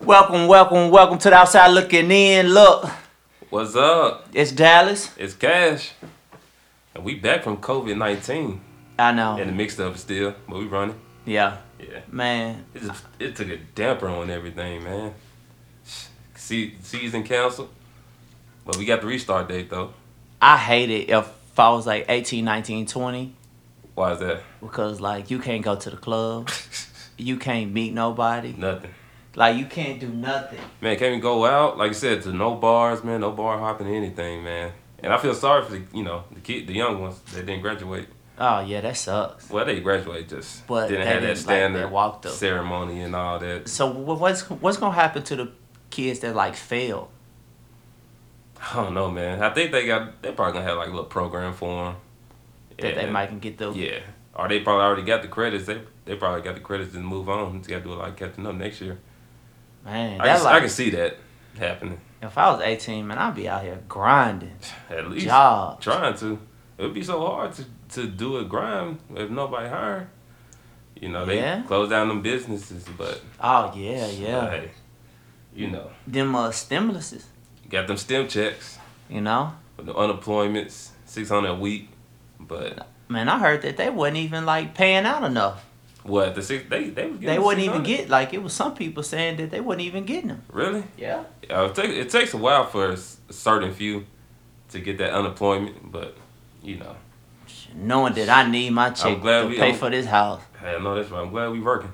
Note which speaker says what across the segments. Speaker 1: Welcome, welcome, welcome to the outside looking in. Look,
Speaker 2: What's up?
Speaker 1: it's Dallas.
Speaker 2: It's Cash. And we back from COVID 19
Speaker 1: I know.
Speaker 2: and the mixed up still, but we running.
Speaker 1: Yeah,
Speaker 2: Yeah.
Speaker 1: man.
Speaker 2: It, just, it took a damper on everything, man. See, season canceled. But we got the restart date, though.
Speaker 1: I hate it if I was like 18, 19, 20
Speaker 2: Why is that?
Speaker 1: because like you can't go to the club, you can't meet nobody,
Speaker 2: Nothing.
Speaker 1: like you can't do nothing.
Speaker 2: Man, can't even go out. Like I said, to no bars, man, no bar hopping, anything, man. And I feel sorry for the, you know, the kid, the young ones that didn't graduate.
Speaker 1: Oh yeah, that sucks.
Speaker 2: Well, they graduated, just
Speaker 1: But
Speaker 2: didn't
Speaker 1: they
Speaker 2: have
Speaker 1: didn't,
Speaker 2: that
Speaker 1: like,
Speaker 2: standard
Speaker 1: that walked up.
Speaker 2: ceremony and all that.
Speaker 1: So wh- what's what's gonna happen to the kids that like fail?
Speaker 2: I don't know, man. I think they got they probably gonna have like a little program for them.
Speaker 1: That they might can get the
Speaker 2: Yeah, or they probably already got the credits. They they probably got the credits and move on. Just gotta do it like catching up next year.
Speaker 1: man.
Speaker 2: I
Speaker 1: That
Speaker 2: can, I
Speaker 1: like
Speaker 2: can see that happening.
Speaker 1: if I was eighteen, man, I'd be out here grinding
Speaker 2: At least
Speaker 1: jobs.
Speaker 2: trying to. It would be so hard to to do a grind if nobody hiring. You know they
Speaker 1: Yeah.
Speaker 2: close down them businesses, but
Speaker 1: Oh yeah, yeah.
Speaker 2: hey, you know,
Speaker 1: Them uh, stimuluses,
Speaker 2: got them stem checks,
Speaker 1: you know.
Speaker 2: with the unemployments, six hundred a week, but.
Speaker 1: Man, I heard that they wasn't even like paying out enough.
Speaker 2: What the six? They they, was
Speaker 1: they
Speaker 2: getting
Speaker 1: wouldn't even
Speaker 2: 600.
Speaker 1: get like it was some people saying that they wouldn't even getting them.
Speaker 2: really.
Speaker 1: Yeah.
Speaker 2: Uh, it, take, it takes a while for a s- certain few to get that unemployment, but you know,
Speaker 1: Knowing that I need my check
Speaker 2: glad
Speaker 1: to
Speaker 2: we-
Speaker 1: pay
Speaker 2: I'm-
Speaker 1: for this house,
Speaker 2: hey, I know that's right. I'm glad we working.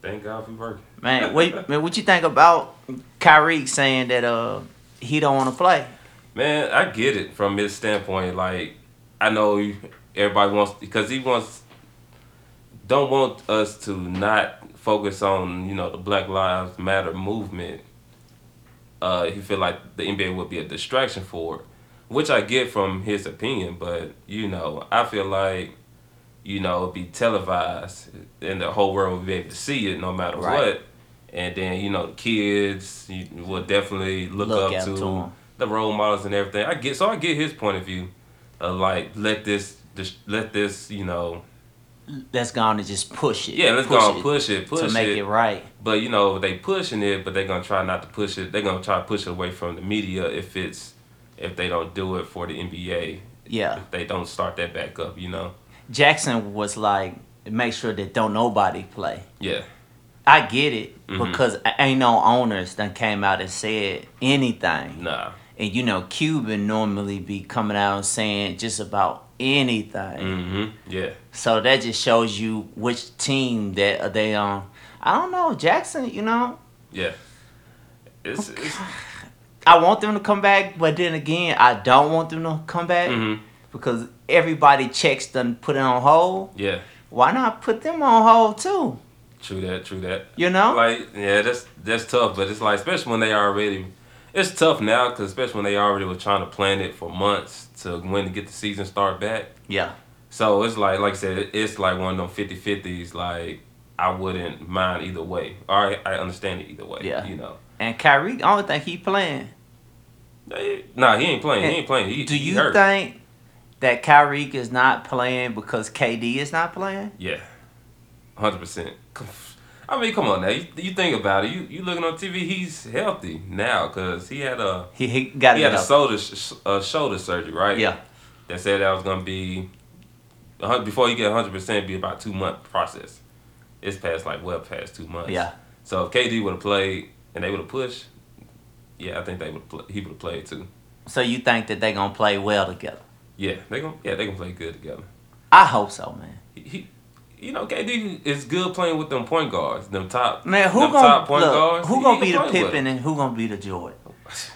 Speaker 2: Thank God we working.
Speaker 1: man. What man, what you think about Kyrie saying that uh he don't want to play?
Speaker 2: Man, I get it from his standpoint. Like, I know he- everybody wants because he wants don't want us to not focus on you know the Black Lives Matter movement. Uh, he feel like the NBA would be a distraction for it, which I get from his opinion. But you know, I feel like you know it'd be televised and the whole world would be able to see it no matter
Speaker 1: Right.
Speaker 2: what. And then you know the kids you, will definitely look,
Speaker 1: Look
Speaker 2: up
Speaker 1: up
Speaker 2: to,
Speaker 1: to 'em.
Speaker 2: the role models and everything. I get so I get his point of view. Uh, like let this, this let this you know
Speaker 1: Let's go on and just push it.
Speaker 2: yeah let's
Speaker 1: push
Speaker 2: go and push it push
Speaker 1: to make
Speaker 2: it.
Speaker 1: it right.
Speaker 2: But you know they pushing it, but they're gonna try not to push it. They're gonna try to push it away from the media if it's if they don't do it for the NBA.
Speaker 1: Yeah.
Speaker 2: If they don't start that back up, you know.
Speaker 1: Jackson was like, make sure that don't nobody play.
Speaker 2: Yeah,
Speaker 1: I get it
Speaker 2: Mhm.
Speaker 1: because a- ain't no owners done came out and said anything.
Speaker 2: nah.
Speaker 1: and you know cuban normally be coming out and saying just about anything
Speaker 2: Mm-hmm. Yeah.
Speaker 1: so that just shows you which team that are they on i don't know jackson you know
Speaker 2: Yeah. It's, it's
Speaker 1: i want them to come back but then again i don't want them to come back
Speaker 2: hmm
Speaker 1: because everybody checks done put it on hold
Speaker 2: yeah.
Speaker 1: why not put them on hold too
Speaker 2: True that. True that.
Speaker 1: you know
Speaker 2: Like yeah, that's that's tough, but it's like especially when they already, it's tough now because especially when they already were trying to plan it for months to when to get the season start back.
Speaker 1: yeah
Speaker 2: So it's like like I said, it- it's like one of them 50-50s. Like I wouldn't mind either way. All right, I understand it either way.
Speaker 1: Yeah.
Speaker 2: you know.
Speaker 1: and Kyrie, I don't think he playing.
Speaker 2: Eh, Nah, he ain't playing. He ain't playing. He,
Speaker 1: Do
Speaker 2: he
Speaker 1: you
Speaker 2: hurt.
Speaker 1: think that Kyrie is not playing because KD is not playing?
Speaker 2: Yeah, hundred percent. I mean, come on now. You, you think about it. You you looking on TV. He's healthy now because he had a
Speaker 1: He, he got
Speaker 2: he
Speaker 1: it
Speaker 2: had a
Speaker 1: up.
Speaker 2: shoulder sh- uh, shoulder surgery, right?
Speaker 1: Yeah.
Speaker 2: They said that was gonna be a hun- before you get hundred percent, be about two month process. It's past like well past two months.
Speaker 1: Yeah.
Speaker 2: So if KD would have played and they would have pushed, yeah, I think they would play, he would have played too.
Speaker 1: So you think that they gonna play well together?
Speaker 2: Yeah, they gonna yeah they gonna play good together.
Speaker 1: I hope so, man.
Speaker 2: He, he you know KD is good playing with them point guards, them top
Speaker 1: Man, who
Speaker 2: them
Speaker 1: gonna
Speaker 2: top point
Speaker 1: look,
Speaker 2: guards.
Speaker 1: who
Speaker 2: He
Speaker 1: gonna
Speaker 2: can
Speaker 1: be the
Speaker 2: play with
Speaker 1: Pippen
Speaker 2: 'em.
Speaker 1: and who gonna be the Jordan?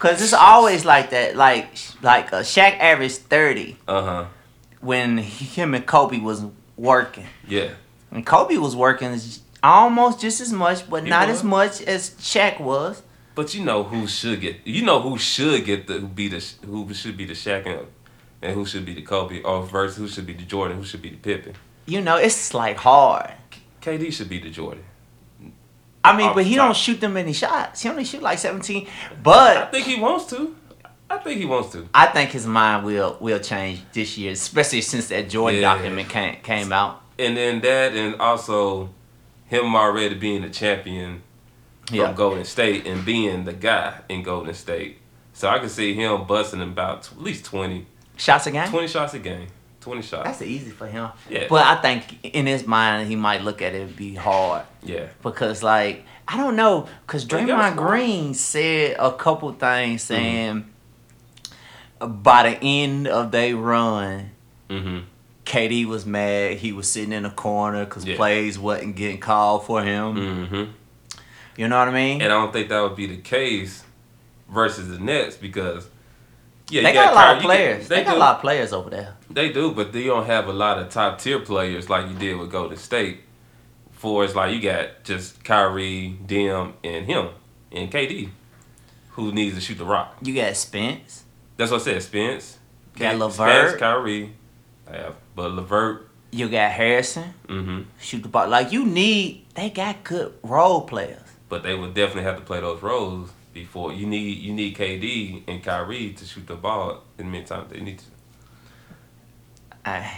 Speaker 1: Cause it's always like that. Like like uh, Shaq averaged thirty
Speaker 2: uh huh
Speaker 1: when him and Kobe was working,
Speaker 2: yeah
Speaker 1: and Kobe was working almost just as much, but
Speaker 2: He
Speaker 1: not
Speaker 2: was.
Speaker 1: as much as Shaq was.
Speaker 2: But you know who should get you know who should get the who be the who should be the Shaq and, and who should be the Kobe or versus who should be the Jordan who should be the Pippen.
Speaker 1: You know, it's like hard.
Speaker 2: KD should be the Jordan.
Speaker 1: I mean,
Speaker 2: Off
Speaker 1: but he
Speaker 2: the top.
Speaker 1: don't shoot them many shots. He only shoot like seventeen.
Speaker 2: I
Speaker 1: But
Speaker 2: think he wants to. I think he wants to.
Speaker 1: I think his mind will will change this year, especially since that Jordan
Speaker 2: Yeah.
Speaker 1: document came came out.
Speaker 2: And then that and also him already being a champion from
Speaker 1: Yeah.
Speaker 2: Golden State and being the guy in Golden State. So I can see him busting about t- at least 20,
Speaker 1: Shots a game.
Speaker 2: 20 shots a game. 20 shots.
Speaker 1: That's easy for him.
Speaker 2: Yeah.
Speaker 1: But I think in his mind he might look at it and be hard
Speaker 2: yeah.
Speaker 1: because like I don't know because
Speaker 2: He got
Speaker 1: Draymond
Speaker 2: smart.
Speaker 1: Green said a couple things
Speaker 2: Mm-hmm.
Speaker 1: saying by the end of their run
Speaker 2: hmm
Speaker 1: KD was mad he was sitting in a corner because
Speaker 2: Yeah.
Speaker 1: plays wasn't getting called for him.
Speaker 2: hmm
Speaker 1: You know what I mean?
Speaker 2: And I don't think that would be the case versus the Nets because yeah,
Speaker 1: they
Speaker 2: you
Speaker 1: got a lot of
Speaker 2: Kyrie- you
Speaker 1: players. they, got
Speaker 2: do,
Speaker 1: a lot of players over there.
Speaker 2: They do, but they don't have a lot of top tier players like you did with Golden State. For it's like you got just Kyrie, Dem, and him, and KD, who needs to shoot the rock.
Speaker 1: You got Spence.
Speaker 2: That's what I said. Spence,
Speaker 1: You got
Speaker 2: Spence,
Speaker 1: Levert.
Speaker 2: Kyrie, I have, but Levert.
Speaker 1: You got Harrison.
Speaker 2: hmm
Speaker 1: Shoot the ball. Like you need. They got good role players.
Speaker 2: But they would definitely have to play those roles before you need you need KD and Kyrie to shoot the ball in the meantime they need to.
Speaker 1: I,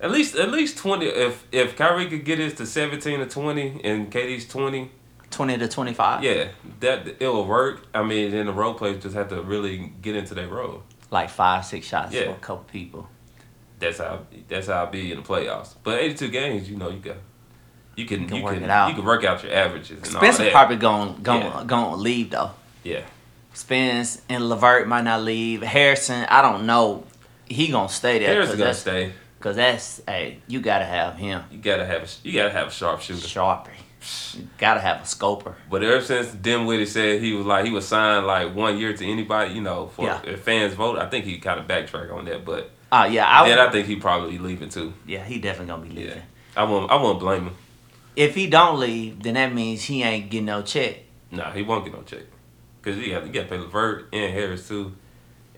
Speaker 2: At least at least twenty. If if Kyrie could get his to seventeen or twenty and KD's twenty,
Speaker 1: Twenty to twenty-five.
Speaker 2: yeah, that it'll work. I mean, then the role players just have to really get into their role.
Speaker 1: Like five, six shots
Speaker 2: Yeah.
Speaker 1: for a couple people.
Speaker 2: That's how that's how it be in the playoffs. But eighty two games, you know, you got you can you
Speaker 1: can
Speaker 2: can,
Speaker 1: work it out.
Speaker 2: You can work out your averages. And all
Speaker 1: Spence
Speaker 2: that.
Speaker 1: probably going going
Speaker 2: Yeah.
Speaker 1: going to leave though.
Speaker 2: yeah.
Speaker 1: Spence and Levert might not leave. Harrison, I don't know. He gonna stay there.
Speaker 2: Harris
Speaker 1: cause
Speaker 2: gonna
Speaker 1: that's,
Speaker 2: stay.
Speaker 1: Cause that's hey, you gotta have him.
Speaker 2: You gotta have a, sh- you gotta have a sharp shooter.
Speaker 1: Sharpie. You gotta have a scoper.
Speaker 2: But ever since Dimwitty said he was like he was signed like one year to anybody, you know, for
Speaker 1: Yeah.
Speaker 2: if fans vote, I think he kind of backtracked on that. But
Speaker 1: Oh yeah, I
Speaker 2: then
Speaker 1: would,
Speaker 2: I think he probably leaving too.
Speaker 1: yeah, he definitely gonna be leaving.
Speaker 2: Yeah, I won't. I won't blame him.
Speaker 1: If he don't leave, then that means he ain't getting no check.
Speaker 2: Nah, he won't get no check because he got to get pay Levert and Harris too,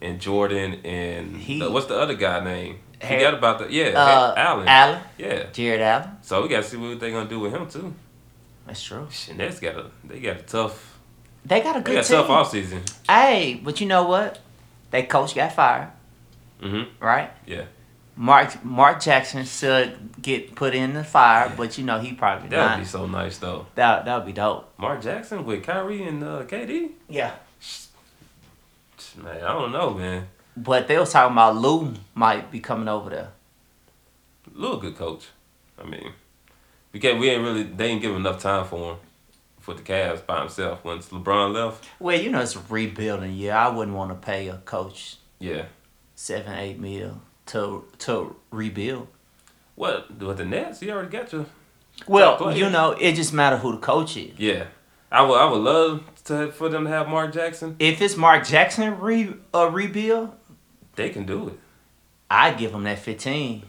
Speaker 2: and Jordan and
Speaker 1: He-
Speaker 2: the- what's the other guy name?
Speaker 1: Har-
Speaker 2: Forgot about the yeah
Speaker 1: Uh,
Speaker 2: Ha- Allen.
Speaker 1: Allen,
Speaker 2: yeah,
Speaker 1: Jared Allen.
Speaker 2: so we got to see what they gonna do with him too.
Speaker 1: That's true.
Speaker 2: And that's got a they got a tough
Speaker 1: They got a
Speaker 2: they
Speaker 1: good
Speaker 2: got a
Speaker 1: team.
Speaker 2: tough offseason.
Speaker 1: Hey, but you know what? They coach got fired,
Speaker 2: Mm-hmm.
Speaker 1: right?
Speaker 2: Yeah,
Speaker 1: Mark Mark Jackson should get put in the fire, but you know he probably
Speaker 2: that would
Speaker 1: not.
Speaker 2: be so nice though.
Speaker 1: That that would be dope.
Speaker 2: Mark Jackson with Kyrie and uh, KD.
Speaker 1: Yeah.
Speaker 2: Man, I don't know, man.
Speaker 1: But they was talking about Lou might be coming over there.
Speaker 2: Lou a good coach. I mean, we can't. We ain't really. They ain't give enough time for him for the Cavs by himself. Once LeBron left,
Speaker 1: Well, you know it's a rebuilding year. I wouldn't want to pay a coach
Speaker 2: yeah.
Speaker 1: seven eight mil to to rebuild.
Speaker 2: What with the Nets? He already got you.
Speaker 1: Well,
Speaker 2: players.
Speaker 1: you know it just matter who the coach is.
Speaker 2: Yeah, I would. I would love to for them to have Mark Jackson.
Speaker 1: If it's Mark Jackson re uh, rebuild,
Speaker 2: They can do it.
Speaker 1: I give him that fifteen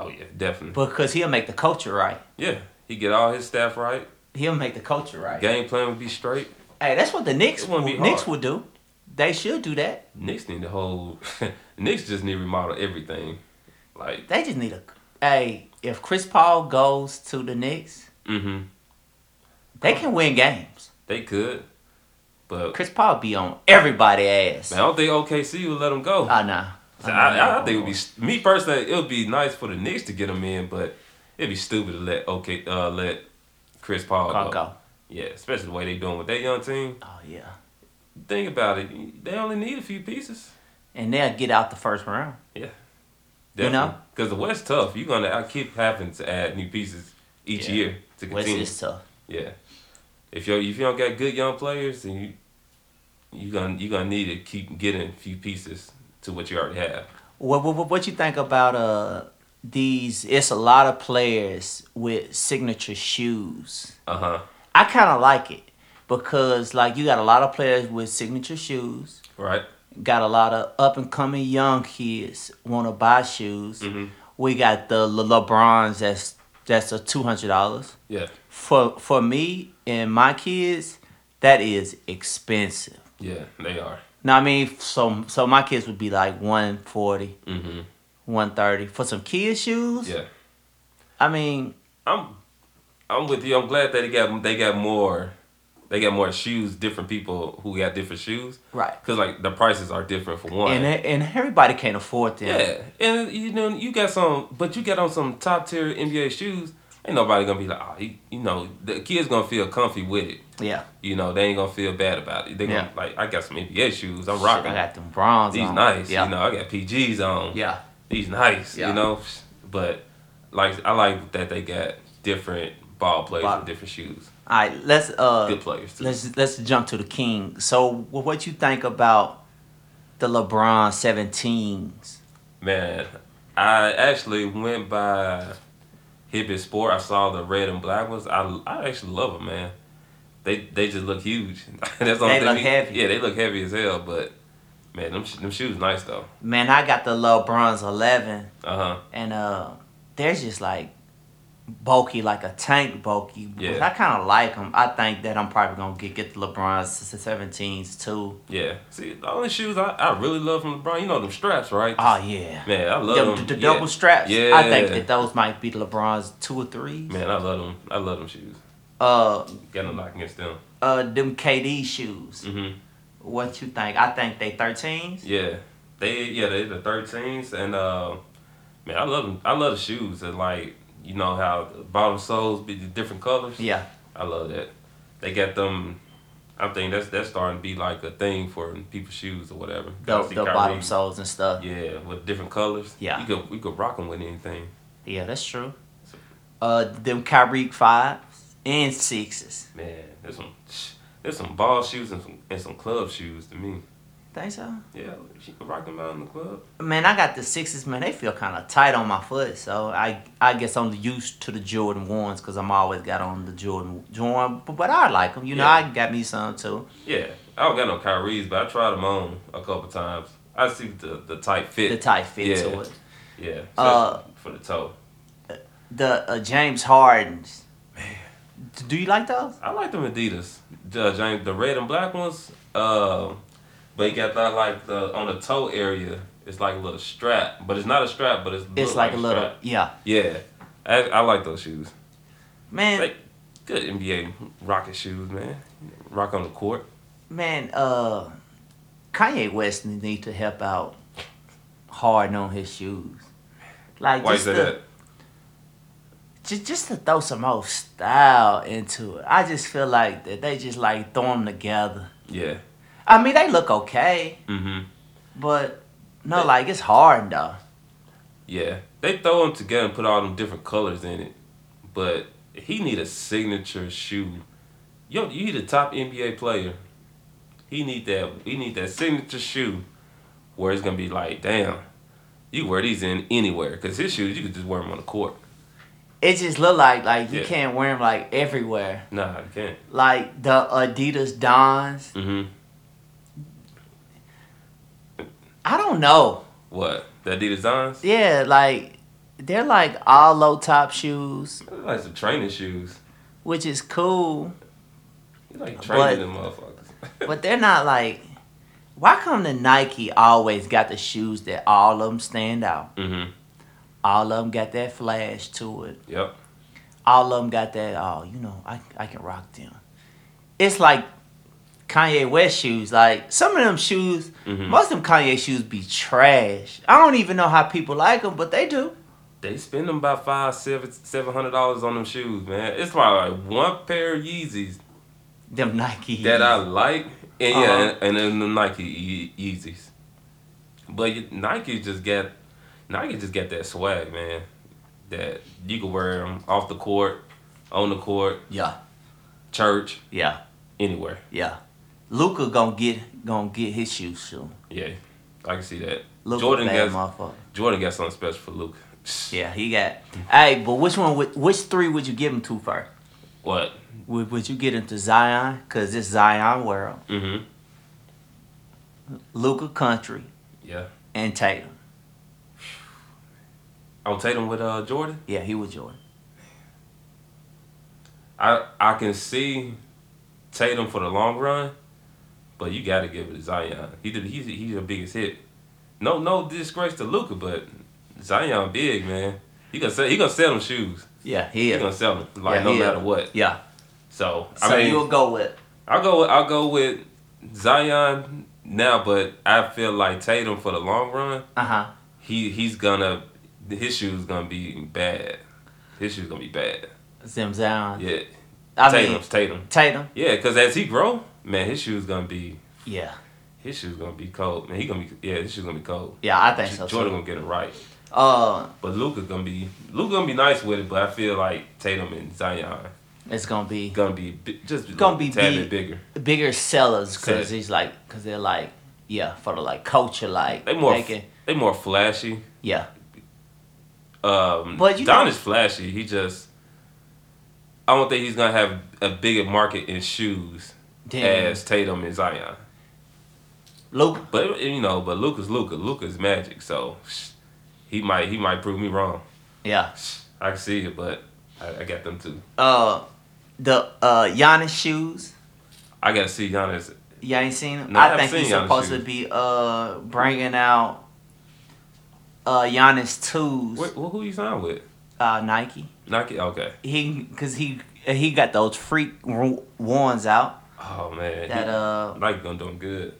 Speaker 2: Oh yeah, definitely.
Speaker 1: because he'll make the culture right.
Speaker 2: Yeah, he get all his staff right.
Speaker 1: He'll make the culture right.
Speaker 2: Game plan would be straight.
Speaker 1: Hey, that's what the Knicks
Speaker 2: It wouldn't be
Speaker 1: would, Knicks
Speaker 2: hard.
Speaker 1: would do. They should do that.
Speaker 2: Knicks need the whole. Knicks just need to remodel everything. Like,
Speaker 1: They just need a. Hey, if Chris Paul goes to the Knicks,
Speaker 2: mm-hmm.
Speaker 1: they can win games.
Speaker 2: They could, but
Speaker 1: Chris Paul be on everybody's ass.
Speaker 2: man, I don't think OKC would let him go.
Speaker 1: Oh, no.
Speaker 2: So I, I think it would be me personally. It would be nice for the Knicks to get him in, but it'd be stupid to let okay uh, let Chris Paul
Speaker 1: Paul
Speaker 2: go.
Speaker 1: go.
Speaker 2: Yeah, especially the way they doing with their young team.
Speaker 1: Oh, yeah.
Speaker 2: Think about it. They only need a few pieces.
Speaker 1: And they'll get out the first round. You know?
Speaker 2: because the West tough. You're gonna I keep having to add new pieces each
Speaker 1: Yeah.
Speaker 2: year to
Speaker 1: West
Speaker 2: continue.
Speaker 1: is tough.
Speaker 2: Yeah, if you if you don't got good young players, then you you gonna you gonna need to keep getting a few pieces to what you already have.
Speaker 1: What, what, what- what you think about uh these? It's a lot of players with signature shoes.
Speaker 2: Uh huh.
Speaker 1: I kind of like it because, like, you got a lot of players with signature shoes.
Speaker 2: Right.
Speaker 1: got a lot of up and coming young kids want to buy shoes.
Speaker 2: Mhm.
Speaker 1: We got the Le- LeBrons that's that's a two hundred dollars
Speaker 2: Yeah.
Speaker 1: for for me and my kids. That is expensive.
Speaker 2: Yeah. They are.
Speaker 1: Now I mean, so so my kids would be like 140,
Speaker 2: Mm-hmm.
Speaker 1: 130 for some kids shoes.
Speaker 2: Yeah.
Speaker 1: I mean,
Speaker 2: I'm I'm with you. I'm glad that they got they got more they got more shoes. Different people who got different shoes
Speaker 1: right.
Speaker 2: because like the prices are different for one.
Speaker 1: And and everybody can't afford them.
Speaker 2: yeah, and you know you got some, but you got on some top tier NBA shoes ain't nobody gonna be like, oh, he, you know, the kids gonna feel comfy with it.
Speaker 1: Yeah.
Speaker 2: You know, they ain't gonna feel bad about it. They gonna
Speaker 1: Yeah.
Speaker 2: like, I got some NBA shoes. I'm
Speaker 1: Shit,
Speaker 2: rocking.
Speaker 1: I got them bronze.
Speaker 2: These
Speaker 1: on.
Speaker 2: nice.
Speaker 1: Yeah.
Speaker 2: You know, I got PGs on.
Speaker 1: Yeah.
Speaker 2: These nice.
Speaker 1: Yeah.
Speaker 2: You know, but like, I like that they got different ball players
Speaker 1: Ball-
Speaker 2: with different shoes.
Speaker 1: All right. Let's uh.
Speaker 2: Good players too.
Speaker 1: Let's let's jump to the king. So, wh- what you think about the LeBron 17s?
Speaker 2: Man, I actually went by Hibbit Sport. I saw the red and black ones. I, I actually love them, man. They they just look huge. That's the only
Speaker 1: They look
Speaker 2: thing-
Speaker 1: heavy.
Speaker 2: Yeah, they look heavy as hell. But man, them sh- them shoes nice though.
Speaker 1: Man, I got the LeBron's 11,
Speaker 2: Uh huh.
Speaker 1: and uh, they're just like bulky, like a tank bulky. But
Speaker 2: Yeah.
Speaker 1: I kind of like them. I think that I'm probably gonna get get the LeBron's 17s too.
Speaker 2: Yeah. See, the only shoes I, I really love from LeBron, you know them straps, right?
Speaker 1: Oh yeah.
Speaker 2: man, I
Speaker 1: The,
Speaker 2: love
Speaker 1: the,
Speaker 2: them.
Speaker 1: the
Speaker 2: Yeah.
Speaker 1: double straps.
Speaker 2: Yeah.
Speaker 1: I think that those might be the LeBron's two or threes.
Speaker 2: Man, I love them. I love them shoes.
Speaker 1: Uh,
Speaker 2: Got no knock against them.
Speaker 1: uh, them KD shoes.
Speaker 2: hmm
Speaker 1: What you think? I think they 13s.
Speaker 2: Yeah, they yeah they the thirteens and uh, man I love 'em. I love the shoes and like you know how the bottom soles be the different colors.
Speaker 1: Yeah.
Speaker 2: I love that. They got them. I think that's that's starting to be like a thing for people's shoes or whatever.
Speaker 1: The,
Speaker 2: I see
Speaker 1: the
Speaker 2: Kyrie,
Speaker 1: bottom soles and stuff.
Speaker 2: Yeah, with different colors.
Speaker 1: Yeah.
Speaker 2: you could we could rock them with anything.
Speaker 1: Yeah, that's true. Uh, them Kyrie fives and sixes.
Speaker 2: Man, there's some there's some ball shoes and some and some club shoes to me.
Speaker 1: Think so?
Speaker 2: Yeah, you could rock them out in the club.
Speaker 1: Man, I got the sixes. Man, they feel kind of tight on my foot, so I I guess I'm used to the Jordan ones because I'm always got on the Jordan Jordan. But, but I like them. You know,
Speaker 2: Yeah.
Speaker 1: I got me some too.
Speaker 2: Yeah, I don't got no Kyrie's, but I tried them on a couple times. I see the the tight fit.
Speaker 1: The tight fit
Speaker 2: Yeah.
Speaker 1: to it.
Speaker 2: Yeah,
Speaker 1: Uh,
Speaker 2: especially for the toe.
Speaker 1: The uh, James Harden's. Man, do you like those?
Speaker 2: I like them Adidas. The James, the red and black ones. Uh, but you got that like the on the toe area. It's like a little strap, but it's not a strap, but it's
Speaker 1: It's
Speaker 2: look
Speaker 1: like, a little.
Speaker 2: strap.
Speaker 1: Yeah,
Speaker 2: Yeah, I, I like those shoes.
Speaker 1: man.
Speaker 2: Like good NBA rocket shoes, man. Rock on the court.
Speaker 1: Man, uh, Kanye West need to help out Harden on his shoes. Like
Speaker 2: Why you
Speaker 1: just
Speaker 2: say
Speaker 1: to,
Speaker 2: that?
Speaker 1: Just, just to throw some old style into it. I just feel like that they just like throw them together.
Speaker 2: Yeah.
Speaker 1: I mean, they look okay,
Speaker 2: Mm-hmm.
Speaker 1: but no,
Speaker 2: They-
Speaker 1: like it's hard though.
Speaker 2: Yeah, they throw them together and put all them different colors in it, but he need a signature shoe. Yo, you the top NBA player. He need that. He need that signature shoe, where it's gonna be like, damn, you wear these in anywhere. Cause his shoes, you could just wear them on the court.
Speaker 1: It just look like like you
Speaker 2: Yeah.
Speaker 1: can't wear them like everywhere.
Speaker 2: Nah, you can't.
Speaker 1: Like the Adidas Dons.
Speaker 2: Mm-hmm.
Speaker 1: I don't know.
Speaker 2: What? The Adidas Dons?
Speaker 1: Yeah, like they're like all low top shoes,
Speaker 2: They Like some training shoes.
Speaker 1: which is cool.
Speaker 2: You like
Speaker 1: But-
Speaker 2: training them motherfuckers.
Speaker 1: But they're not like. Why come the Nike always got the shoes that all of them stand out?
Speaker 2: mm-hmm.
Speaker 1: All of them got that flash to it.
Speaker 2: Yep.
Speaker 1: All of them got that. Oh, you know, I I can rock them. It's like Kanye West shoes. Like some of them shoes,
Speaker 2: Mhm.
Speaker 1: most of them Kanye shoes be trash. I don't even know how people like them, but they do.
Speaker 2: They spend them about five, seven, seven hundred dollars on them shoes, man. It's probably like one pair of Yeezys
Speaker 1: Them Nike.
Speaker 2: that I like, and
Speaker 1: Uh-huh.
Speaker 2: yeah, and, and then the Nike Ye- Yeezys. But you- Nike just got, Nike just got that swag, man. That you can wear them off the court, on the court,
Speaker 1: Yeah,
Speaker 2: church,
Speaker 1: yeah,
Speaker 2: anywhere.
Speaker 1: yeah. Luca gonna get gonna get his shoes soon.
Speaker 2: Yeah, I can see that.
Speaker 1: Luka
Speaker 2: Jordan
Speaker 1: bad
Speaker 2: got
Speaker 1: motherfucker.
Speaker 2: Jordan got something special for Luke.
Speaker 1: Yeah, he got. Hey, but which one? Would, which three would you give him to first?
Speaker 2: What?
Speaker 1: Would, would you get him to Zion? Cause it's Zion world,
Speaker 2: Mm-hmm.
Speaker 1: Luca country,
Speaker 2: Yeah.
Speaker 1: and Tatum.
Speaker 2: On Tatum with uh Jordan.
Speaker 1: Yeah, he was Jordan.
Speaker 2: I I can see Tatum for the long run, but you got to give it to Zion. He did, he's he's your biggest hit. No no disgrace to Luca, but Zion big man. He gonna sell he gonna sell them shoes.
Speaker 1: Yeah, he
Speaker 2: He
Speaker 1: is.
Speaker 2: gonna sell them like
Speaker 1: Yeah,
Speaker 2: no
Speaker 1: he is.
Speaker 2: matter what.
Speaker 1: Yeah.
Speaker 2: So
Speaker 1: So
Speaker 2: I mean,
Speaker 1: you'll go with
Speaker 2: I'll go with- I'll go with Zion now, but I feel like Tatum for the long run.
Speaker 1: uh huh.
Speaker 2: He he's gonna his shoes gonna be bad. His shoes gonna be bad.
Speaker 1: Zim Zion.
Speaker 2: Yeah,
Speaker 1: I
Speaker 2: Tatum's
Speaker 1: mean,
Speaker 2: Tatum.
Speaker 1: Tatum.
Speaker 2: Yeah, because as he grow, man, his shoes gonna be
Speaker 1: Yeah.
Speaker 2: his shoes gonna be cold. Man, he gonna be yeah, his shoes gonna be cold.
Speaker 1: Yeah, I think so
Speaker 2: Jordan
Speaker 1: too.
Speaker 2: gonna get it right,
Speaker 1: Uh,
Speaker 2: but Luca gonna be Luca gonna be nice with it. But I feel like Tatum and Zion
Speaker 1: it's gonna be
Speaker 2: gonna be bi- just
Speaker 1: Gonna be
Speaker 2: tad
Speaker 1: big.
Speaker 2: bit bigger.
Speaker 1: bigger sellers
Speaker 2: Sell
Speaker 1: because
Speaker 2: it.
Speaker 1: he's like, because they're like, yeah, for the like culture, like
Speaker 2: They more
Speaker 1: they can-
Speaker 2: they more flashy.
Speaker 1: yeah,
Speaker 2: Um,
Speaker 1: But you
Speaker 2: Don
Speaker 1: know-
Speaker 2: is flashy. He just I don't think he's gonna have a bigger market in shoes
Speaker 1: damn,
Speaker 2: as Tatum and Zion.
Speaker 1: Luke,
Speaker 2: But you know, but Luca's Luca. Luca's magic. So shh, he might he might prove me wrong.
Speaker 1: yeah,
Speaker 2: Shh, I can see it, but I, I got them too.
Speaker 1: uh, the uh Giannis shoes.
Speaker 2: I gotta see Giannis.
Speaker 1: You ain't seen him.
Speaker 2: No, I
Speaker 1: I,
Speaker 2: haven't
Speaker 1: think
Speaker 2: seen
Speaker 1: he's
Speaker 2: Giannis
Speaker 1: supposed to
Speaker 2: shoes.
Speaker 1: be uh bringing out uh Giannis twos.
Speaker 2: What, who you signed with?
Speaker 1: Uh, Nike.
Speaker 2: Nike. Okay.
Speaker 1: He, cause he uh, he got those freak ru- ones out
Speaker 2: Oh man.
Speaker 1: that uh
Speaker 2: Nike gonna do him good.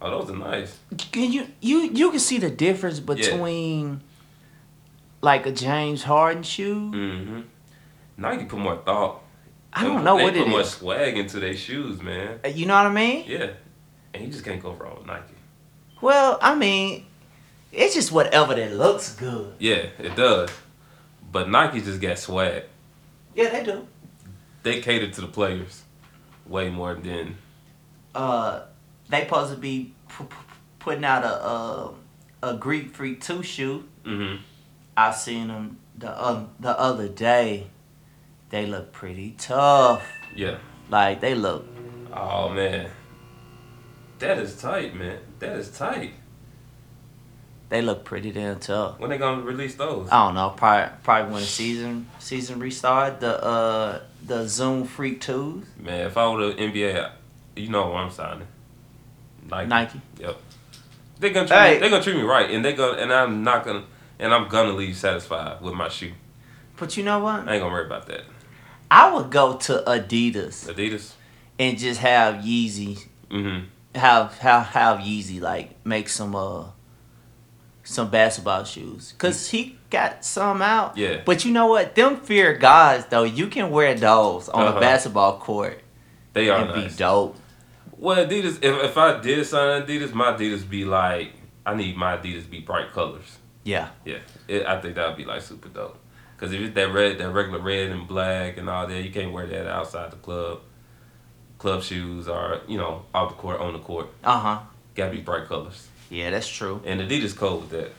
Speaker 2: Oh, those are nice.
Speaker 1: Can you you you can see the difference between like a James Harden shoe?
Speaker 2: Mm-hmm. Nike put more thought.
Speaker 1: I
Speaker 2: They
Speaker 1: don't
Speaker 2: put-
Speaker 1: know
Speaker 2: they
Speaker 1: what it
Speaker 2: put more
Speaker 1: is.
Speaker 2: swag into their shoes, man.
Speaker 1: You know what I mean?
Speaker 2: Yeah, and you just can't go wrong with Nike.
Speaker 1: Well, I mean, it's just whatever that looks good.
Speaker 2: Yeah, it does. But Nike just got swag.
Speaker 1: Yeah, they do.
Speaker 2: They cater to the players way more than
Speaker 1: Uh, they supposed to be p- p- putting out a uh, a Greek Freak two shoe.
Speaker 2: mm-hmm.
Speaker 1: I seen them the uh, the other day. They look pretty tough.
Speaker 2: yeah.
Speaker 1: Like they look.
Speaker 2: Oh man, that is tight, man. That is tight.
Speaker 1: They look pretty damn tough.
Speaker 2: When they gonna release those?
Speaker 1: I don't know. Probably probably when the season season restart the uh the Zoom Freak Twos
Speaker 2: Man, if I were the NBA, you know what I'm signing. Nike.
Speaker 1: Nike.
Speaker 2: Yep. They gonna treat
Speaker 1: Hey.
Speaker 2: me, they gonna treat me right, and they gonna and I'm not gonna and I'm gonna leave satisfied with my shoe.
Speaker 1: But you know what?
Speaker 2: I ain't gonna worry about that.
Speaker 1: I would go to Adidas
Speaker 2: Adidas.
Speaker 1: and just have Yeezy
Speaker 2: Mm-hmm.
Speaker 1: have have have Yeezy like make some uh some basketball shoes because he got some out.
Speaker 2: Yeah.
Speaker 1: But you know what? Them fear guys though. You can wear those on a
Speaker 2: Uh-huh.
Speaker 1: basketball court
Speaker 2: They are
Speaker 1: and
Speaker 2: nice.
Speaker 1: be dope.
Speaker 2: Well, Adidas. If, if I did sign Adidas, my Adidas be like. I need my Adidas be bright colors.
Speaker 1: Yeah.
Speaker 2: Yeah, it, I think that would be like super dope. Cause if it's that red, that regular red and black and all that, you can't wear that outside the club. Club shoes are you know off the court, on the court.
Speaker 1: Uh huh.
Speaker 2: Gotta be bright colors.
Speaker 1: Yeah, that's true.
Speaker 2: And Adidas cold with that.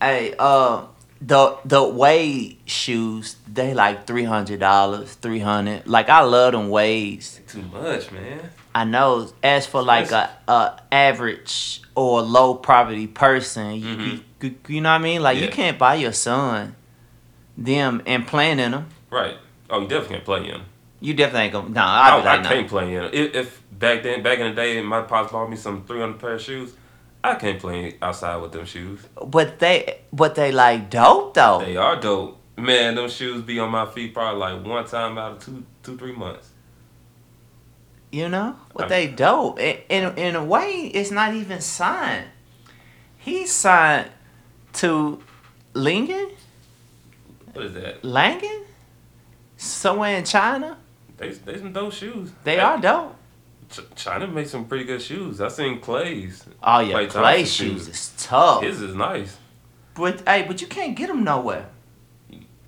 Speaker 1: Hey, uh, the the Wade shoes they like three hundred dollars, three hundred. Like I love them Wades.
Speaker 2: Too much, man.
Speaker 1: I know. As for like a, a average or low poverty person, you,
Speaker 2: Mhm.
Speaker 1: you, you know what I mean. Like you
Speaker 2: Yeah.
Speaker 1: can't buy your son them and playing in them.
Speaker 2: Right. Oh, you definitely can't play in 'em.
Speaker 1: You definitely ain't gonna. No,
Speaker 2: I,
Speaker 1: I,
Speaker 2: don't- I,
Speaker 1: I,
Speaker 2: can't play in 'em. If, if back then, back in the day, my pops bought me some three hundred pair of shoes. I can't play outside with them shoes.
Speaker 1: know. But they, but they like dope though.
Speaker 2: They are dope. Man, them shoes be on my feet probably like one time out of two, two, three months.
Speaker 1: You know, what
Speaker 2: I-
Speaker 1: they dope. In, in in a way, it's not even signed. He's signed to Lingen,
Speaker 2: What is that?
Speaker 1: Langen, somewhere in China.
Speaker 2: They, they some dope shoes.
Speaker 1: They are dope.
Speaker 2: Ch- China makes some pretty good shoes. I seen Clay's.
Speaker 1: Oh yeah,
Speaker 2: Clay
Speaker 1: clay
Speaker 2: Thompson
Speaker 1: shoes
Speaker 2: shoes.
Speaker 1: is tough.
Speaker 2: His is nice.
Speaker 1: But hey, but you can't get them nowhere.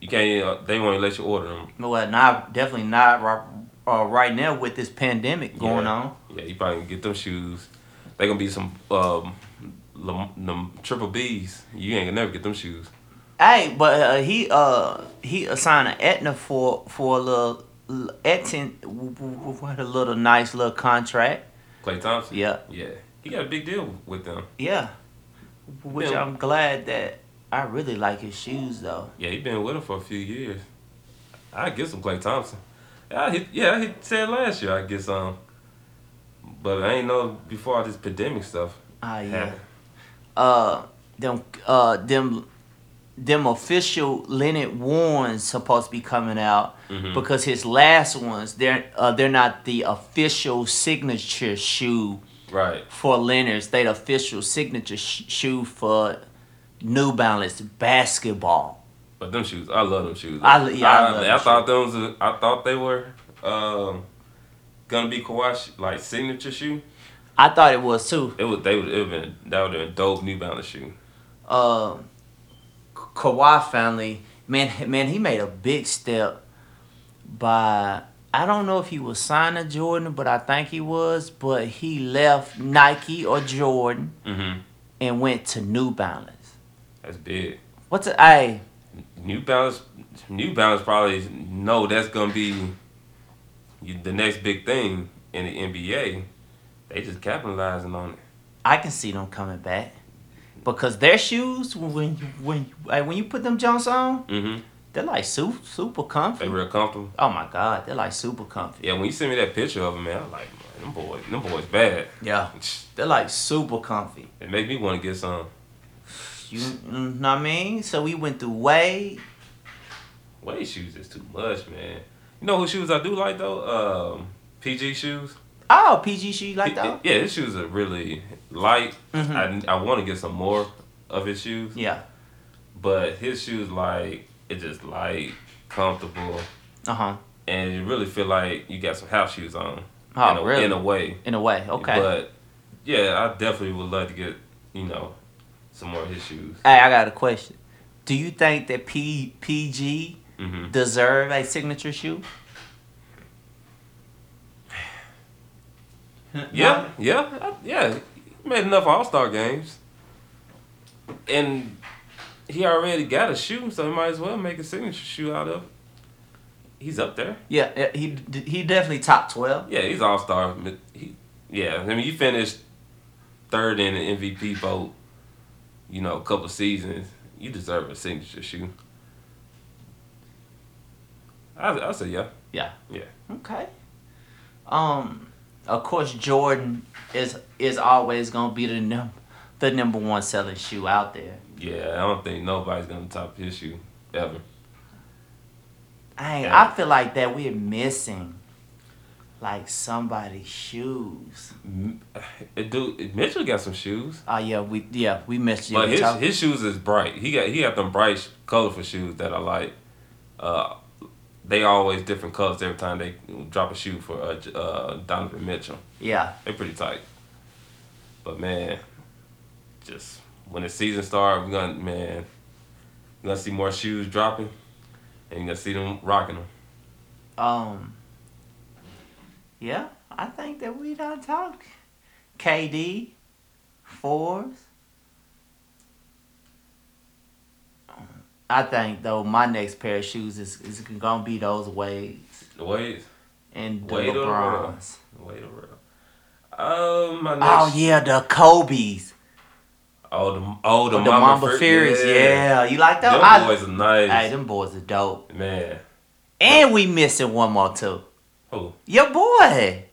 Speaker 2: You can't. Uh, they won't let you order them.
Speaker 1: Well, not definitely not right, uh, right now with this pandemic going
Speaker 2: Yeah.
Speaker 1: on.
Speaker 2: Yeah, you probably can get them shoes. They gonna be some um, lem- them triple B's. You ain't gonna never get them shoes.
Speaker 1: Hey, but uh, he uh he assigned an Etna for for a little Etin what a little nice little contract.
Speaker 2: Clay Thompson.
Speaker 1: Yeah.
Speaker 2: Yeah. He got a big deal with them.
Speaker 1: Yeah. Which
Speaker 2: Yeah.
Speaker 1: I'm glad that I really like his shoes though.
Speaker 2: Yeah, he been with him for a few years. I get some Clay Thompson. I hit, yeah, he said last year I get some, but I ain't know before all this pandemic stuff.
Speaker 1: Ah yeah.
Speaker 2: happened.
Speaker 1: Uh them uh them them official Leonard Warren's supposed to be coming out
Speaker 2: Mhm.
Speaker 1: because his last ones they're uh, they're not the official signature shoe
Speaker 2: Right.
Speaker 1: for Leonard's. They the official signature sh- shoe for New Balance basketball.
Speaker 2: But them shoes, I love them shoes.
Speaker 1: I- yeah, I love them
Speaker 2: thought those. was- I thought they were um, gonna be Kawash like signature shoe.
Speaker 1: I thought it was too.
Speaker 2: It would. They would. It would been that would have been a dope New Balance shoe.
Speaker 1: uh, Kawhi finally, man, man, he made a big step by. I don't know if he was signed to Jordan, but I think he was. But he left Nike or Jordan
Speaker 2: Mm-hmm.
Speaker 1: and went to New Balance.
Speaker 2: That's big.
Speaker 1: What's it? Hey,
Speaker 2: New Balance. New Balance probably know that's gonna be you- the next big thing in the NBA. They just capitalizing on it.
Speaker 1: I can see them coming back because their shoes when you when you, hey, when you put them Jones on,
Speaker 2: Mm-hmm.
Speaker 1: they're like super super comfy.
Speaker 2: They real comfortable.
Speaker 1: Oh my God, they're like super comfy.
Speaker 2: Yeah, when you send me that picture of them, man, I'm like, man, them boys, them boys bad.
Speaker 1: Yeah, they're like super comfy.
Speaker 2: It made me want to get some.
Speaker 1: You know what I mean? So we went through Wade.
Speaker 2: Wade shoes is too much, man. You know whose shoes I do like though? Um, PG shoes.
Speaker 1: Oh, PG shoes like that?
Speaker 2: Yeah, his shoes are really light.
Speaker 1: Mhm.
Speaker 2: I, I want to get some more of his shoes,
Speaker 1: Yeah.
Speaker 2: but his shoes like it's just light, comfortable,
Speaker 1: Uh huh.
Speaker 2: and you really feel like you got some house shoes on.
Speaker 1: Oh,
Speaker 2: in a,
Speaker 1: really?
Speaker 2: In a way.
Speaker 1: In a way. Okay.
Speaker 2: But yeah, I definitely would love to get you know some more of his shoes.
Speaker 1: hey, I got a question. Do you think that P- PG
Speaker 2: hmm
Speaker 1: deserve a signature shoe?
Speaker 2: Yeah, yeah, I- yeah. He made enough All Star games, and he already got a shoe, so he might as well make a signature shoe out of. it. He's up there.
Speaker 1: Yeah. yeah, He he definitely top twelve.
Speaker 2: Yeah, he's All Star. He, yeah, I mean, you finished third in the MVP vote. You know, a couple seasons, you deserve a signature shoe. I I say yeah.
Speaker 1: Yeah.
Speaker 2: Yeah.
Speaker 1: Okay. Um, of course Jordan is is always gonna be the num the number one selling shoe out there.
Speaker 2: Yeah, I don't think nobody's gonna top his shoe ever.
Speaker 1: Dang,
Speaker 2: Yeah.
Speaker 1: I feel like that we're missing like somebody's shoes.
Speaker 2: M- Dude, Mitchell got some shoes.
Speaker 1: Oh yeah, we yeah we missed you.
Speaker 2: But
Speaker 1: We
Speaker 2: his
Speaker 1: talk-
Speaker 2: his shoes is bright. He got he got them bright, sh- colorful shoes that I like. Uh, they always different colors every time they drop a shoe for uh, J- uh, Donovan Mitchell.
Speaker 1: yeah,
Speaker 2: They're pretty tight. But man, just when the season starts, we're gonna man, we're gonna see more shoes dropping, and you're gonna see them rocking them.
Speaker 1: um, yeah, I think that we done talk. KD, Forbes. I think though my next pair of shoes is is gonna be those Wade's
Speaker 2: The Wade,
Speaker 1: and the
Speaker 2: Wade or the
Speaker 1: LeBrons.
Speaker 2: the Wade around. Um, my next.
Speaker 1: Oh yeah, the Kobe's,
Speaker 2: Oh the oh the,
Speaker 1: the,
Speaker 2: Mamba,
Speaker 1: Mamba
Speaker 2: Fur-
Speaker 1: Furies. Yeah. you like
Speaker 2: Them
Speaker 1: those? I-
Speaker 2: boys are nice.
Speaker 1: Hey, them boys are dope.
Speaker 2: Man,
Speaker 1: And we missing one more too.
Speaker 2: who?
Speaker 1: Your boy.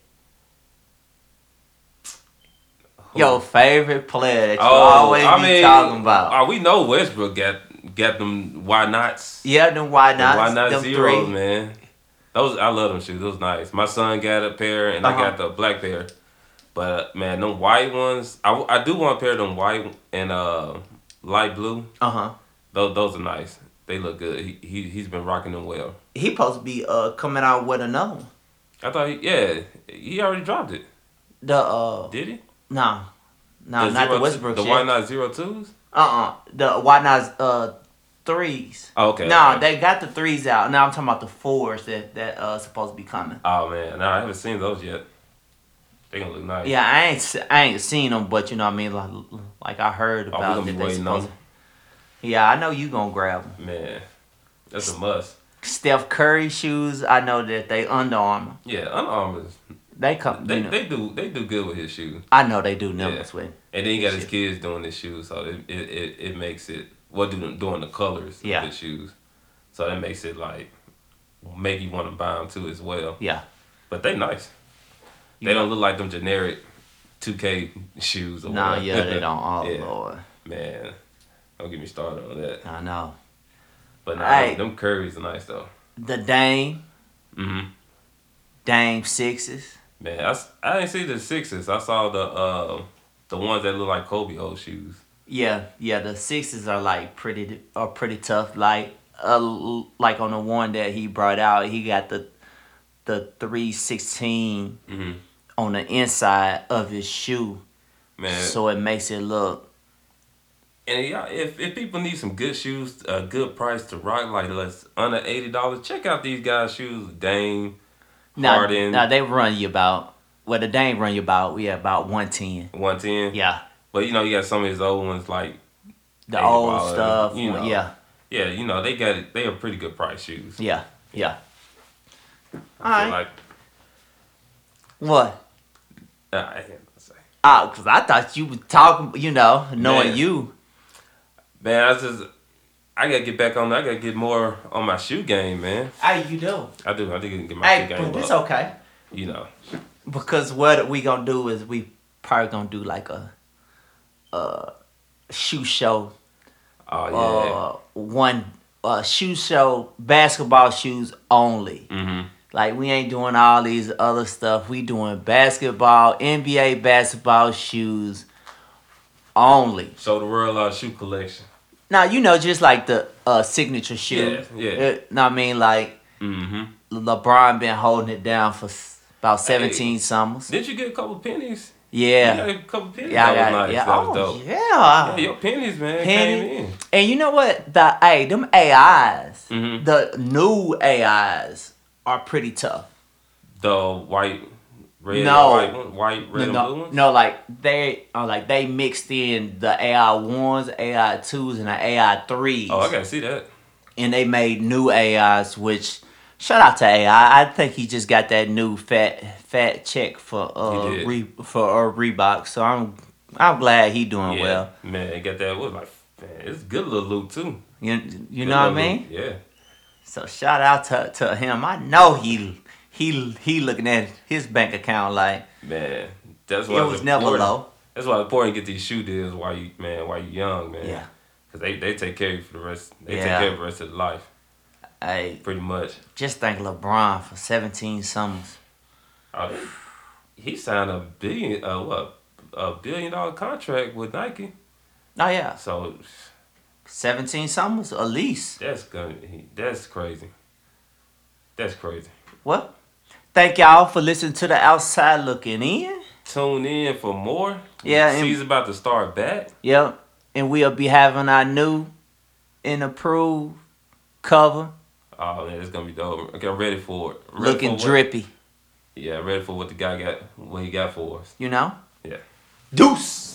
Speaker 2: who?
Speaker 1: Your favorite player that you
Speaker 2: Oh,
Speaker 1: always
Speaker 2: I
Speaker 1: be
Speaker 2: mean,
Speaker 1: talking about.
Speaker 2: Oh, we know Westbrook got got them. Why nots?
Speaker 1: yeah, them why not?
Speaker 2: why not
Speaker 1: them
Speaker 2: zeros,
Speaker 1: three.
Speaker 2: man? Those I love them shoes. Those nice. My son got a pair, and
Speaker 1: Uh-huh.
Speaker 2: I got the black pair. But man, them white ones, I, I do want a pair of them white and uh light blue.
Speaker 1: Uh huh.
Speaker 2: Those those are nice. They look good. He, he he's been rocking them well.
Speaker 1: He supposed to be uh coming out with another one.
Speaker 2: I thought he, yeah, he already dropped it.
Speaker 1: The uh
Speaker 2: Did he?
Speaker 1: no, no, not
Speaker 2: zero
Speaker 1: the
Speaker 2: two-
Speaker 1: Westbrook.
Speaker 2: The why not zero twos?
Speaker 1: Uh uh The why not uh threes.
Speaker 2: Oh, okay.
Speaker 1: no,
Speaker 2: okay.
Speaker 1: they got the threes out. Now I'm talking about the fours that that uh supposed to be coming.
Speaker 2: Oh man, no, I haven't seen those yet. They gonna look nice.
Speaker 1: Yeah, I ain't se- I ain't seen them, but you know what I mean. Like like I heard
Speaker 2: Oh, we
Speaker 1: about
Speaker 2: gonna
Speaker 1: that
Speaker 2: be
Speaker 1: they
Speaker 2: waiting on
Speaker 1: supposed. Yeah, I know you gonna grab them.
Speaker 2: Man, that's a must.
Speaker 1: Steph Curry shoes. I know that they Under Armour.
Speaker 2: Yeah, Under Armour. is-
Speaker 1: They come.
Speaker 2: They,
Speaker 1: you know,
Speaker 2: they do they do good with his shoes,
Speaker 1: I know they do numbers with.
Speaker 2: and then you got his kids doing his shoes, so it it, it, it makes it well doing doing the colors
Speaker 1: Yeah.
Speaker 2: of his shoes, so that makes it like make you want to buy them too as well.
Speaker 1: Yeah.
Speaker 2: But they nice.
Speaker 1: You
Speaker 2: they don't look like them generic two K shoes. Or
Speaker 1: Nah,
Speaker 2: whatever.
Speaker 1: yeah, they don't. Oh
Speaker 2: Yeah.
Speaker 1: lord,
Speaker 2: man, don't get me started on that.
Speaker 1: I know.
Speaker 2: But nah,
Speaker 1: Aight.
Speaker 2: them curries are nice though.
Speaker 1: The Dame,
Speaker 2: Mm-hmm.
Speaker 1: Dame sixes.
Speaker 2: Man, I, s- I didn't see the sixes. I saw the uh, the ones that look like Kobe old shoes.
Speaker 1: Yeah, yeah. The sixes are like pretty. Are pretty tough. Like uh, like on the one that he brought out, he got the the three sixteen
Speaker 2: Mhm.
Speaker 1: on the inside of his shoe,
Speaker 2: man.
Speaker 1: so it makes it look.
Speaker 2: And y'all, if, if people need some good shoes, a good price to rock, like less under eighty dollars, check out these guys' shoes. Dame,
Speaker 1: Now,
Speaker 2: Harden.
Speaker 1: now they run you about. Well, the Dame run you about. We yeah, about one ten.
Speaker 2: one ten.
Speaker 1: Yeah,
Speaker 2: But you know, you got some of his old ones, like
Speaker 1: the
Speaker 2: Hey,
Speaker 1: old
Speaker 2: well,
Speaker 1: stuff.
Speaker 2: you know.
Speaker 1: Yeah,
Speaker 2: yeah, you know, they got they are pretty good price shoes.
Speaker 1: yeah, yeah. All
Speaker 2: I
Speaker 1: right.
Speaker 2: feel Like,
Speaker 1: what?
Speaker 2: uh, I can't say.
Speaker 1: Ah, cause I thought you were talking. You know, knowing
Speaker 2: Man.
Speaker 1: you.
Speaker 2: Man, I just I gotta get back on. I gotta get more on my shoe game, man.
Speaker 1: Hey, you do.
Speaker 2: I do. I didn't get my
Speaker 1: Hey,
Speaker 2: shoe game
Speaker 1: but it's
Speaker 2: up.
Speaker 1: okay.
Speaker 2: You know,
Speaker 1: Because what we gonna do is we probably gonna do like a, a shoe show,
Speaker 2: oh yeah,
Speaker 1: uh, one uh, shoe show basketball shoes only.
Speaker 2: mm-hmm.
Speaker 1: Like we ain't doing all these other stuff. We doing basketball, NBA basketball shoes only.
Speaker 2: Show the world our shoe collection.
Speaker 1: Now you know just like the uh, signature shoe.
Speaker 2: Yeah, yeah.
Speaker 1: Uh, know what I mean like
Speaker 2: Mm-hmm.
Speaker 1: LeBron been holding it down for s- about seventeen summers.
Speaker 2: Did you get a couple pennies?
Speaker 1: Yeah.
Speaker 2: You got a couple pennies.
Speaker 1: Yeah, I
Speaker 2: that was
Speaker 1: got it.
Speaker 2: nice.
Speaker 1: yeah.
Speaker 2: That was
Speaker 1: oh,
Speaker 2: dope.
Speaker 1: yeah.
Speaker 2: Yeah, your pennies, man,
Speaker 1: Penny.
Speaker 2: came in.
Speaker 1: And you know what? The hey, them AIs,
Speaker 2: Mhm.
Speaker 1: the new AIs are pretty tough.
Speaker 2: The white, red,
Speaker 1: No.
Speaker 2: white, one- white, red,
Speaker 1: no,
Speaker 2: and blue
Speaker 1: no,
Speaker 2: ones.
Speaker 1: no, like they are like they mixed in the AI ones, AI twos, and the AI threes,
Speaker 2: Oh, I gotta see that.
Speaker 1: and they made new AIs. Which shout out to AI. I think he just got that new fat fat check for uh
Speaker 2: He did.
Speaker 1: re, for uh, Reebok. So I'm I'm glad he doing
Speaker 2: Yeah,
Speaker 1: Oh, well.
Speaker 2: man, got that. What like, man, it's good little loot too.
Speaker 1: You you
Speaker 2: Good
Speaker 1: know what I
Speaker 2: little
Speaker 1: mean?
Speaker 2: loot, Yeah.
Speaker 1: So shout out to, to him. I know he he he looking at his bank account like
Speaker 2: Man, that's
Speaker 1: it
Speaker 2: why it's
Speaker 1: was never
Speaker 2: important-
Speaker 1: low.
Speaker 2: That's why it's important to get these shoe deals while you man while you young man.
Speaker 1: Yeah.
Speaker 2: Cause they, they take care of you for the rest. They
Speaker 1: Yeah.
Speaker 2: take care of the rest of the life,
Speaker 1: Hey,
Speaker 2: pretty much.
Speaker 1: just thank LeBron for 17 summers.
Speaker 2: Uh, he signed a billion, uh, what, a billion dollar contract with Nike.
Speaker 1: Oh yeah,
Speaker 2: So
Speaker 1: 17 summers at least.
Speaker 2: that's gonna that's crazy. That's crazy.
Speaker 1: What? Thank y'all for listening to the outside looking in.
Speaker 2: Tune in for more.
Speaker 1: Yeah, and-
Speaker 2: she's about to start back.
Speaker 1: Yep, and we'll be having our new and approved cover
Speaker 2: Oh man, it's gonna be dope. Okay, I'm ready for it. Ready for
Speaker 1: looking
Speaker 2: what-
Speaker 1: drippy.
Speaker 2: Yeah, ready for what the guy got, what he got for us.
Speaker 1: You know.
Speaker 2: Yeah.
Speaker 1: Deuce.